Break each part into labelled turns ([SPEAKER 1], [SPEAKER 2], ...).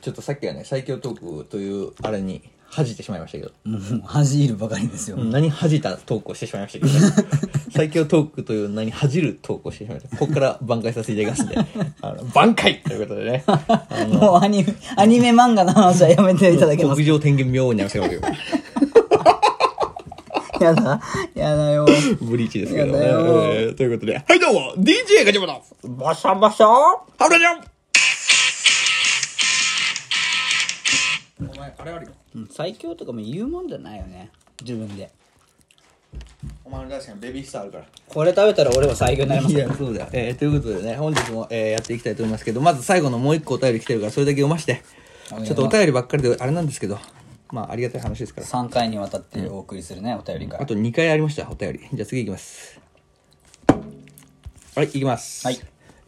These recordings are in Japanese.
[SPEAKER 1] ちょっとさっきはね、最強トークというあれに恥じてしまいましたけど。
[SPEAKER 2] もう恥じるばかりですよ、
[SPEAKER 1] 何恥じたトークをしてしまいましたけど。最強トークという名に恥じるトークをしてしまいました。ここから挽回させていただきますんで。あの、挽回ということでね。
[SPEAKER 2] もうアニメアニメ漫画の話はやめていただけます
[SPEAKER 1] 北上天元妙になりましたけど。
[SPEAKER 2] やだやだよ
[SPEAKER 1] ブリーチですけどね。
[SPEAKER 2] やだよ
[SPEAKER 1] えーということで。はい、どうも !DJ ガチャバだ
[SPEAKER 2] バシャバシャ
[SPEAKER 1] ハブラジャンお前、あれあるよ。
[SPEAKER 2] 最強とかも言うもんじゃないよね自分で
[SPEAKER 1] お前の大好きなベビースターあるから。
[SPEAKER 2] これ食べたら俺は最強になりま
[SPEAKER 1] い
[SPEAKER 2] す
[SPEAKER 1] や、そうだよ。えーということでね、本日も、えーやっていきたいと思いますけど、まず最後のもう一個お便り来てるから、それだけ読まして。
[SPEAKER 2] 願い
[SPEAKER 1] ちょっとお便りばっかりで、あれなんですけど、まあ、ありがたい話ですから。
[SPEAKER 2] 3回にわたってお送りするねお便りか
[SPEAKER 1] あ
[SPEAKER 2] ら
[SPEAKER 1] と2回ありました、お便り。じゃあ次いきます。はい、いきます。
[SPEAKER 2] はい。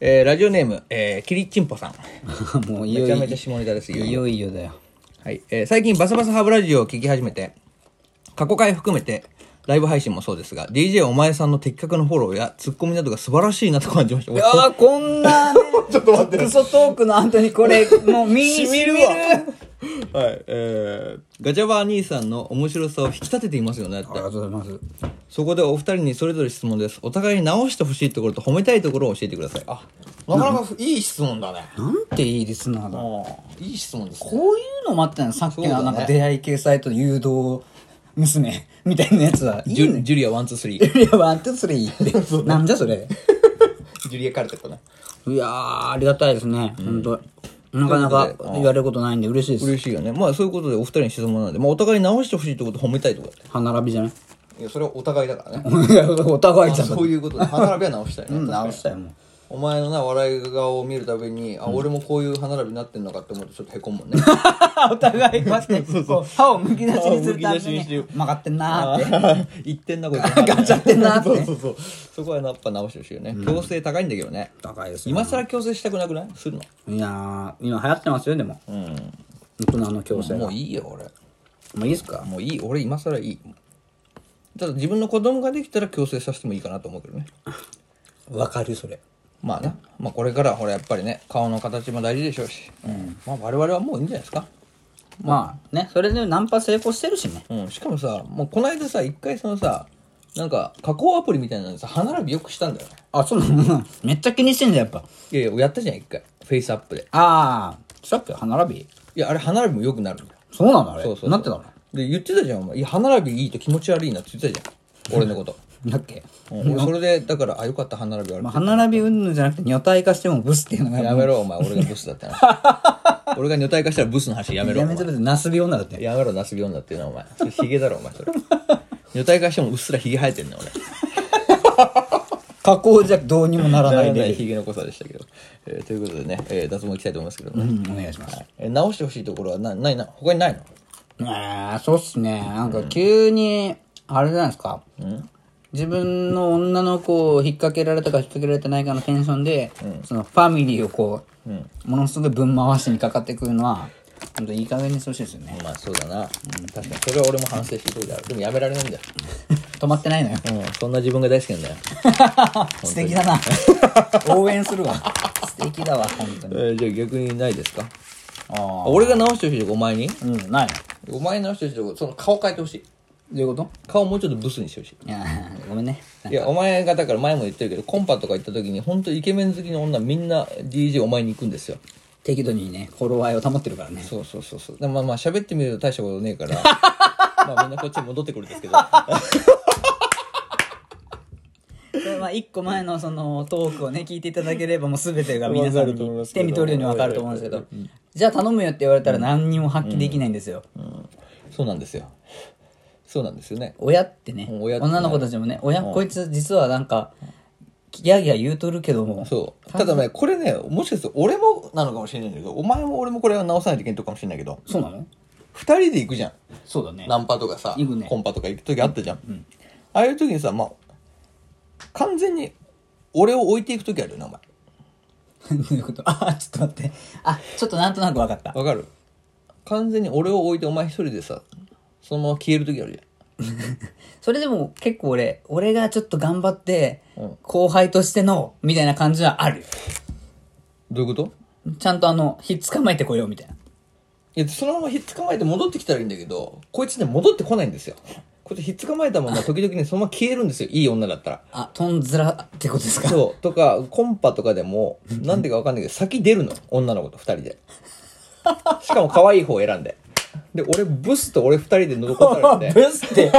[SPEAKER 1] えーラジオネーム、えー、キリッチンポさん。
[SPEAKER 2] もうい
[SPEAKER 1] め
[SPEAKER 2] よ
[SPEAKER 1] ちゃ
[SPEAKER 2] い
[SPEAKER 1] めち
[SPEAKER 2] よ
[SPEAKER 1] ゃ下ネタですよ。
[SPEAKER 2] いよいよだよ
[SPEAKER 1] はい、えー最近バサバサハブラジオを聞き始めて、過去回含めて、ライブ配信もそうですが、DJ お前さんの的確なフォローやツッコミなどが素晴らしいなと感じました。
[SPEAKER 2] いやーこんな、ね、 ちょっと待ってクソトークの後にこれもう身にしみ るわ
[SPEAKER 1] はい、えー、ガチャバー兄さんの面白さを引き立てていますよねだって。
[SPEAKER 2] とうございます
[SPEAKER 1] そこでお二人にそれぞれ質問です。お互いに直してほしいところと褒めたいところを教えてください。あ、なかなかいい質問だね。
[SPEAKER 2] なんていいリスナーだ
[SPEAKER 1] いい質問です。
[SPEAKER 2] こういうのもあったのさっき
[SPEAKER 1] そうだ
[SPEAKER 2] の
[SPEAKER 1] ね
[SPEAKER 2] なんか出会い系サイトの誘導娘みたいなやつはい
[SPEAKER 1] ジ
[SPEAKER 2] い
[SPEAKER 1] ュ
[SPEAKER 2] ね
[SPEAKER 1] ジュリアワンツースリー。
[SPEAKER 2] いやワンツースリーってなん じゃそれ
[SPEAKER 1] ジュリアカルテットね。
[SPEAKER 2] いやーありがたいですね本当なかなか言われることないんで嬉しいです
[SPEAKER 1] 嬉しいよね。まあそういうことでお二人に質問なんで、まあお互いに直してほしいところと褒めたいところだって。
[SPEAKER 2] 歯並びじゃない
[SPEAKER 1] いや、それはお互いだ からね。
[SPEAKER 2] いやお互いじゃん
[SPEAKER 1] そういうことで歯並びは直したいね、
[SPEAKER 2] うん直したよもう
[SPEAKER 1] お前のな笑い顔を見るたびにあ、俺もこういう歯並びになってんのかって思うとちょっとへこむもんね
[SPEAKER 2] お互いま してこう歯をむき出しにするた
[SPEAKER 1] 歯をむ
[SPEAKER 2] め
[SPEAKER 1] き出しにして
[SPEAKER 2] に
[SPEAKER 1] よ
[SPEAKER 2] 曲 がってんなーって
[SPEAKER 1] 言ってんなこいつガ
[SPEAKER 2] チャってんなって
[SPEAKER 1] そうそうそうそこはやっぱ直してほしいよね強制高いんだけどね
[SPEAKER 2] 高いですよ
[SPEAKER 1] 今更強制したくなくないするの
[SPEAKER 2] いやー今流行ってますよでも
[SPEAKER 1] うん
[SPEAKER 2] 大人の強制
[SPEAKER 1] もう
[SPEAKER 2] も
[SPEAKER 1] いいよ俺
[SPEAKER 2] ういいですか
[SPEAKER 1] もういい俺今更いいただ自分の子供ができたら強制させてもいいかなと思うけどね
[SPEAKER 2] わかるそれ
[SPEAKER 1] まあね、まあ、これからはほらやっぱりね顔の形も大事でしょうし、まあ我々はもういいんじゃないですか
[SPEAKER 2] まあねそれでナンパ成功してるしね
[SPEAKER 1] うん、しかもさもうこの間さ一回そのさなんか加工アプリみたいなのでさ歯並びよくしたんだよね
[SPEAKER 2] あそうなのめっちゃ気にしてんじゃんやっぱ
[SPEAKER 1] いやいややったじゃん一回フェイスアップで
[SPEAKER 2] ああさっき歯並び
[SPEAKER 1] いやあれ歯並びもよくなるんだよ
[SPEAKER 2] そうなのあれ
[SPEAKER 1] そうそうそう
[SPEAKER 2] なってたの
[SPEAKER 1] で言ってたじゃんお前いや歯並びいいと気持ち悪いなって言ってたじゃん俺のこと、
[SPEAKER 2] だっけ、
[SPEAKER 1] うん、俺それでだからあよかった歯並び悪
[SPEAKER 2] まあ、
[SPEAKER 1] く
[SPEAKER 2] 歯並びうんぬんじゃなくて女体化してもブスっていうのが
[SPEAKER 1] てやめろお前俺がブスだったな 俺が女体化したらブスの話やめろお
[SPEAKER 2] や
[SPEAKER 1] 前
[SPEAKER 2] めてくれナスビ女だって
[SPEAKER 1] やめろなすび女っていうのはお前それヒゲだろお前それ女体化してもうっすらヒゲ生えてんね俺
[SPEAKER 2] 加工じゃどうにもなら
[SPEAKER 1] な
[SPEAKER 2] な
[SPEAKER 1] ら
[SPEAKER 2] い
[SPEAKER 1] な
[SPEAKER 2] で
[SPEAKER 1] いヒゲの濃さでしたけど、えーということでね、えー脱毛いきたいと思いますけどね、
[SPEAKER 2] うんお願いします
[SPEAKER 1] えー直してほしいところはなないな他にないの
[SPEAKER 2] ああそうっすねなんか急にあれじゃないですか、自分の女の子を引っ掛けられたか引っ掛けられてないかのテンションで、そのファミリーをこう、ものすごい分回しにかかってくるのは本当いい加減にしてほしいですよね
[SPEAKER 1] まあそうだな、確かにそれは俺も反省してるであるでもやめられないんだよ、
[SPEAKER 2] 止まってない のよ
[SPEAKER 1] うん、そんな自分が大好きなんだよ、
[SPEAKER 2] 素敵だな応援するわ素敵だわ本当
[SPEAKER 1] えー
[SPEAKER 2] に
[SPEAKER 1] じゃあ逆にないですか
[SPEAKER 2] あ
[SPEAKER 1] あ俺が直してほしいとこお前に
[SPEAKER 2] あうんないの
[SPEAKER 1] お前に直してほしいとこその顔変えてほしい
[SPEAKER 2] どういうこと
[SPEAKER 1] 顔もうちょっとブスにしてほしい
[SPEAKER 2] いやごめんね
[SPEAKER 1] いやお前がだから前も言ってるけどコンパとか行った時に本当イケメン好きの女みんな DJ お前に行くんですよ
[SPEAKER 2] 適度にね頃合いを保ってるからね
[SPEAKER 1] そうそうそうそうでもまあまあ喋ってみると大したことねえから まあみんなこっちに戻ってくるんですけど
[SPEAKER 2] でまあ、一個前のそのトークをね聞いていただければもう全てが
[SPEAKER 1] わか
[SPEAKER 2] 皆
[SPEAKER 1] る
[SPEAKER 2] さん
[SPEAKER 1] と思いま
[SPEAKER 2] に
[SPEAKER 1] すけ
[SPEAKER 2] 手
[SPEAKER 1] ど
[SPEAKER 2] に取るように分かると思うんですけどじゃあ頼むよって言われたら何にも発揮できないんですよ、
[SPEAKER 1] そうなんですよそうなんですよね
[SPEAKER 2] 親ってね
[SPEAKER 1] うん親ってね
[SPEAKER 2] 女の子たちもね親こいつ実はなんかギャーギャー言うとるけども
[SPEAKER 1] そう。ただね、これね、もしかすると俺もなのかもしれないんだけど、お前も俺もこれは直さないといけないとこかもしれないけど、
[SPEAKER 2] そうなの
[SPEAKER 1] 二人で行くじゃん。
[SPEAKER 2] そうだね
[SPEAKER 1] ナンパとかさ、
[SPEAKER 2] 行くね
[SPEAKER 1] コンパとか行く時あったじゃん。ああいう時にさ、まあ、完全に俺を置いていく時あるよね、お前。
[SPEAKER 2] どういうこと あちょっと待ってあちょっとなんとなく分かった
[SPEAKER 1] わかる完全に俺を置いてお前一人でさ、そのまま消える時あるじゃん。
[SPEAKER 2] それでも結構俺俺がちょっと頑張って後輩としてのみたいな感じはあるよ
[SPEAKER 1] どういうこと
[SPEAKER 2] ちゃんとあのひっ捕まえてこようみたいな
[SPEAKER 1] いや、そのままひっつかまえて戻ってきたらいいんだけど、こいつね、戻ってこないんですよ。こいつひっつかまえたまま時々ね、そのまま消えるんですよ。いい女だったら。
[SPEAKER 2] あ、トンズラってことですか
[SPEAKER 1] そう。とか、コンパとかでも、なんでかわかんないけど、先出るの。女の子と二人で。しかも可愛い方を選んで。で、俺、ブスと俺二人でのどかさ れて。
[SPEAKER 2] ブスって、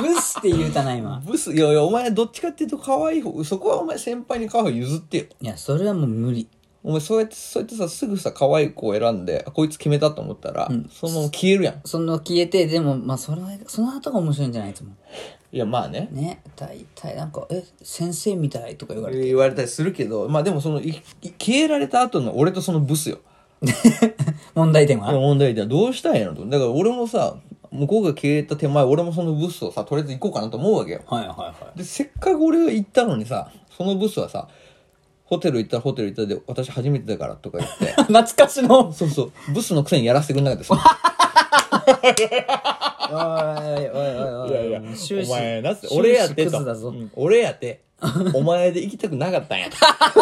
[SPEAKER 2] ブスって言うたな、今。
[SPEAKER 1] ブス、いやいや、お前どっちかっていうと可愛い方、そこはお前先輩に可愛い方譲ってよ。
[SPEAKER 2] いや、それはもう無理。
[SPEAKER 1] お前そうやって、そうやってさ、すぐさ、可愛い子を選んで、あこいつ決めたと思ったら、そのまま消えるやん。
[SPEAKER 2] その消えて、でも、まあ、それは、その後が面白いんじゃないと思
[SPEAKER 1] いや、まあね
[SPEAKER 2] う。。ね、大体なんか、え、先生みたいとか言われて。
[SPEAKER 1] 言われたりするけど、まあでもその、いい消えられた後の俺とそのブスよ。
[SPEAKER 2] 問題点は
[SPEAKER 1] 問題ではどうしたいのと。だから俺もさ、向こうが消えた手前、俺もそのブスをさ、とりあえず行こうかなと思うわけよ。
[SPEAKER 2] はいはいは
[SPEAKER 1] で、せっかく俺が行ったのにさ、そのブスはさ、ホテル行ったらホテル行ったで、私初めてだからとか言 って、
[SPEAKER 2] い。懐かしの。
[SPEAKER 1] そうそう、ブスのくせにやらせてくんなかったさ。
[SPEAKER 2] おいお いおいおい。終始
[SPEAKER 1] お前なって、俺やって
[SPEAKER 2] 終始ク
[SPEAKER 1] と。
[SPEAKER 2] ズだぞ。
[SPEAKER 1] うん俺やって。お前で行きたくなかったんや。
[SPEAKER 2] ほ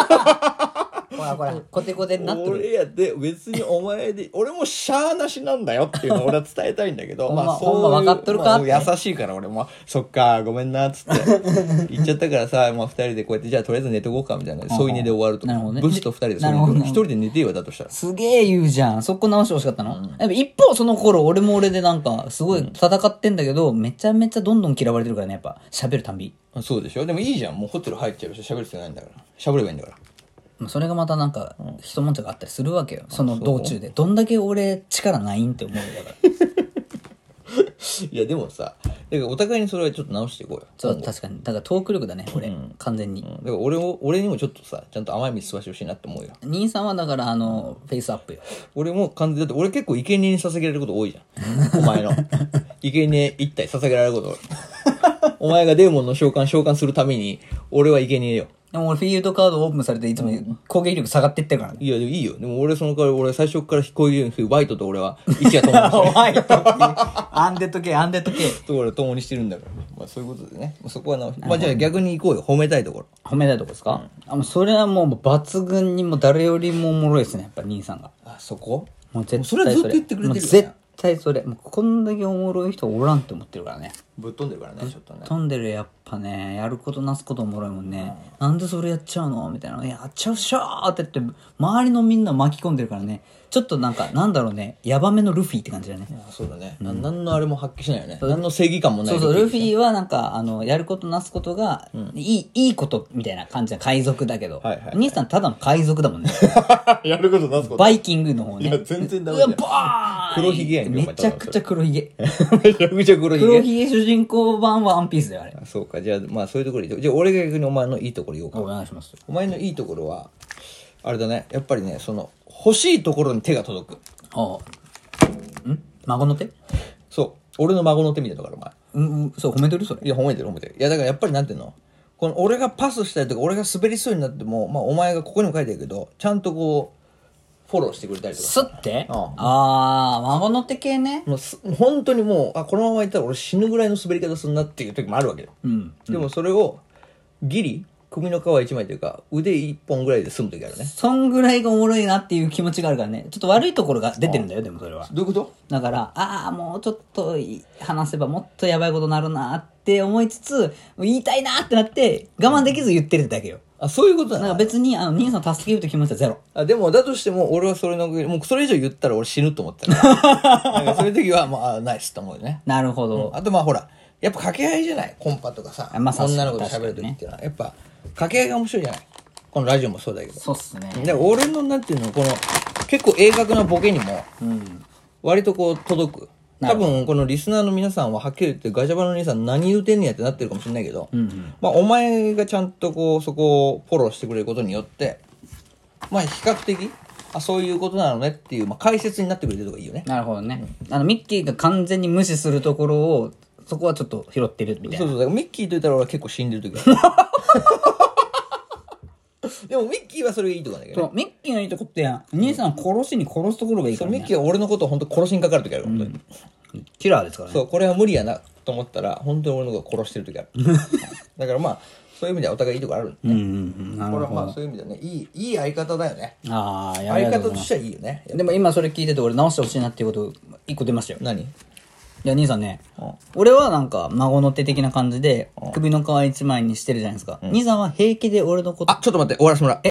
[SPEAKER 2] らほら、 コテコテになってる。
[SPEAKER 1] 俺やって、別にお前 で、俺もしゃーなしなんだよっていうのを俺は伝えたいんだけど、
[SPEAKER 2] ほんま
[SPEAKER 1] そういう
[SPEAKER 2] ほんま分かっとるかって
[SPEAKER 1] まあ優しいから俺も、そっか、ごめんな、っつっ て。言っちゃったからさ、まあ二人でこうやって、じゃあとりあえず寝とこうか、みたいな。添い寝で終わると。
[SPEAKER 2] なるほどね
[SPEAKER 1] ブスと二人で添い
[SPEAKER 2] なるほど
[SPEAKER 1] 寝
[SPEAKER 2] な
[SPEAKER 1] 一人で寝てよ、だとしたら。
[SPEAKER 2] すげえ言うじゃん。そこ直してほしかったの、やっぱ一方その頃俺も俺でなんかすごい戦ってんだけど、めちゃめちゃどんどん嫌われてるからね、やっぱ喋るたんび。
[SPEAKER 1] あそうでしょでもいいじゃん。もうホテル入っちゃうし、喋る必要ないんだから。喋ればいいんだ から。
[SPEAKER 2] まあそれがまたなんか一悶着あったりするわけよ。その道中で。どんだけ俺力ないんって思うよ だから。
[SPEAKER 1] いや、でもさ、だからお互いにそれはちょっと直していこうよ。
[SPEAKER 2] そう、確かに。だからトーク力だね、俺。完全に。
[SPEAKER 1] だから俺を俺にもちょっとさちゃんと甘い蜜吸わしてほしいなって思うよ
[SPEAKER 2] 兄さんはだからあの、フェイスアップよ。
[SPEAKER 1] 俺も完全だって俺結構生贄に捧げられること多いじゃんお前の生贄一体捧げられることお前がデーモンの召喚召喚するために俺は生贄よ
[SPEAKER 2] でも俺フィールドカードオープンされていつも攻撃力下がってって るからね。
[SPEAKER 1] いやでもいいよでも俺その代わり俺最初からこういうふうにバイトと俺は一夜共にしてる
[SPEAKER 2] おいとアンデッド系、アンデッド系。
[SPEAKER 1] と俺は共にしてるんだから、まあ、そういうことでね、まあ、そこは直しまあじゃあ逆に行こうよ褒めたいところ
[SPEAKER 2] 褒めたいとこですか、あもうそれはもう抜群にもう誰よりもおもろいですねやっぱ兄さんが
[SPEAKER 1] あそこ
[SPEAKER 2] もう絶対
[SPEAKER 1] それはずっと言ってくれてるよね
[SPEAKER 2] もう絶対それもうこんだけおもろい人おらんって思ってるからね
[SPEAKER 1] ぶっ飛んでるからねちょっとね
[SPEAKER 2] 飛んでるやっぱねやることなすことおもろいもんね、なんでそれやっちゃうのみたいな「やっちゃうっしょ!」って言って周りのみんな巻き込んでるからねちょっとなんかなんだろうねヤバめのルフィって感じだね
[SPEAKER 1] あそうだね、な何のあれも発揮しないよね何の正義感もない
[SPEAKER 2] そうそうルフィはなんかあのやることなすことが、いいいいことみたいな感じな海賊だけど、
[SPEAKER 1] はいはいはい
[SPEAKER 2] 兄さんただの海賊だもんね
[SPEAKER 1] やることなすこ
[SPEAKER 2] バイキングの方ね
[SPEAKER 1] 全然ダ
[SPEAKER 2] う
[SPEAKER 1] だ
[SPEAKER 2] わ
[SPEAKER 1] よ
[SPEAKER 2] バーン
[SPEAKER 1] 黒ひげやんけお前
[SPEAKER 2] めちゃくちゃ黒ひげ。
[SPEAKER 1] めちゃくちゃ黒ひ
[SPEAKER 2] 黒
[SPEAKER 1] げ
[SPEAKER 2] ひげ主人公版ワンピースだよ、あれ。
[SPEAKER 1] あそうかじゃあまあそういうところでいいとじゃあ俺が逆にお前のいいところ言おうか
[SPEAKER 2] お願いします。
[SPEAKER 1] お前のいいところはあれだねやっぱりねその欲しいところに手が届く
[SPEAKER 2] ああ。ん孫の手ん
[SPEAKER 1] そう俺の孫の手みたいなところお前
[SPEAKER 2] うん、そう、褒めてるそれ。
[SPEAKER 1] いや褒めてる褒めてるいやだからやっぱりなんていうのこの俺がパスしたりとか俺が滑りそうになってもまあお前がここにも書いてるけどちゃんとこうフォローしてくれたりとか
[SPEAKER 2] すって
[SPEAKER 1] ああ
[SPEAKER 2] ああ、孫の手系ね。
[SPEAKER 1] もうす本当にもうあこのままいったら俺死ぬぐらいの滑り方するなっていう時もあるわけよ、
[SPEAKER 2] うん。
[SPEAKER 1] でもそれをギリ首の皮一枚というか腕一本ぐらいで済む時あるね
[SPEAKER 2] そんぐらいがおもろいなっていう気持ちがあるからね。ちょっと悪いところが出てるんだよ、でもそれは。
[SPEAKER 1] どういうこ
[SPEAKER 2] だから、ああ、もうちょっとい話せばもっとやばいことになるなって思いつつ、言いたいなってなって、我慢できず言ってるだけよ。
[SPEAKER 1] とあそういうことだ
[SPEAKER 2] だから
[SPEAKER 1] な
[SPEAKER 2] 別に、あの、兄さん助けると気持ちはゼロ。
[SPEAKER 1] あでもだとしても俺はそれのもうそれ以上言ったら俺死ぬと思 ったからなんかそういう時はまああナイスと思うよね
[SPEAKER 2] なるほど。
[SPEAKER 1] あとまあほらやっぱ掛け合いじゃないコンパとかさ、
[SPEAKER 2] まあ確かに
[SPEAKER 1] 女の子と喋る時っていうのは、やっぱ掛け合いが面白いじゃないこのラジオもそうだけど
[SPEAKER 2] そうっすね。
[SPEAKER 1] で俺のなんていうのこの結構鋭角なボケにも割とこう届く多分このリスナーの皆さんははっきり言ってガジャバの兄さん何言うてんねやってなってるかもしれないけど、まあ、お前がちゃんとこうそこをフォローしてくれることによってまあ比較的あそういうことなのねっていう、まあ、解説になってくれてるとかいいよね
[SPEAKER 2] なるほどね。あの、ミッキーが完全に無視するところを、そこはちょっと拾ってるみたい
[SPEAKER 1] そ
[SPEAKER 2] な。
[SPEAKER 1] うそうだからミッキーと言ったら俺は結構死んでる時あるでもミッキーはそれがいいとこなんだけどね
[SPEAKER 2] そう、ミッキーのいいとこって、兄さん殺しに殺すところがいいか
[SPEAKER 1] そう
[SPEAKER 2] ら
[SPEAKER 1] ミッ
[SPEAKER 2] ね。
[SPEAKER 1] キーは俺のことを本当殺しにかかる時ある本当に、
[SPEAKER 2] キラーですからね。
[SPEAKER 1] そう、これは無理やなと思ったら、本当に俺のこと殺してる時ある。だからまあ、そういう意味ではお互いいいとこあるんだね、
[SPEAKER 2] うんうんうんなる
[SPEAKER 1] こ
[SPEAKER 2] ほ
[SPEAKER 1] れ
[SPEAKER 2] ど
[SPEAKER 1] はまあそういう意味ではねいいいい相方だよね
[SPEAKER 2] ああやばい
[SPEAKER 1] 相方としてはいいよね
[SPEAKER 2] でも今それ聞いてて俺直してほしいなっていうこと一個出ましたよ
[SPEAKER 1] 何
[SPEAKER 2] いや兄さんね俺はなんか孫の手的な感じで首の皮一枚にしてるじゃないですか兄さんは平気で俺のこと
[SPEAKER 1] あちょっと待って終わらせてもらう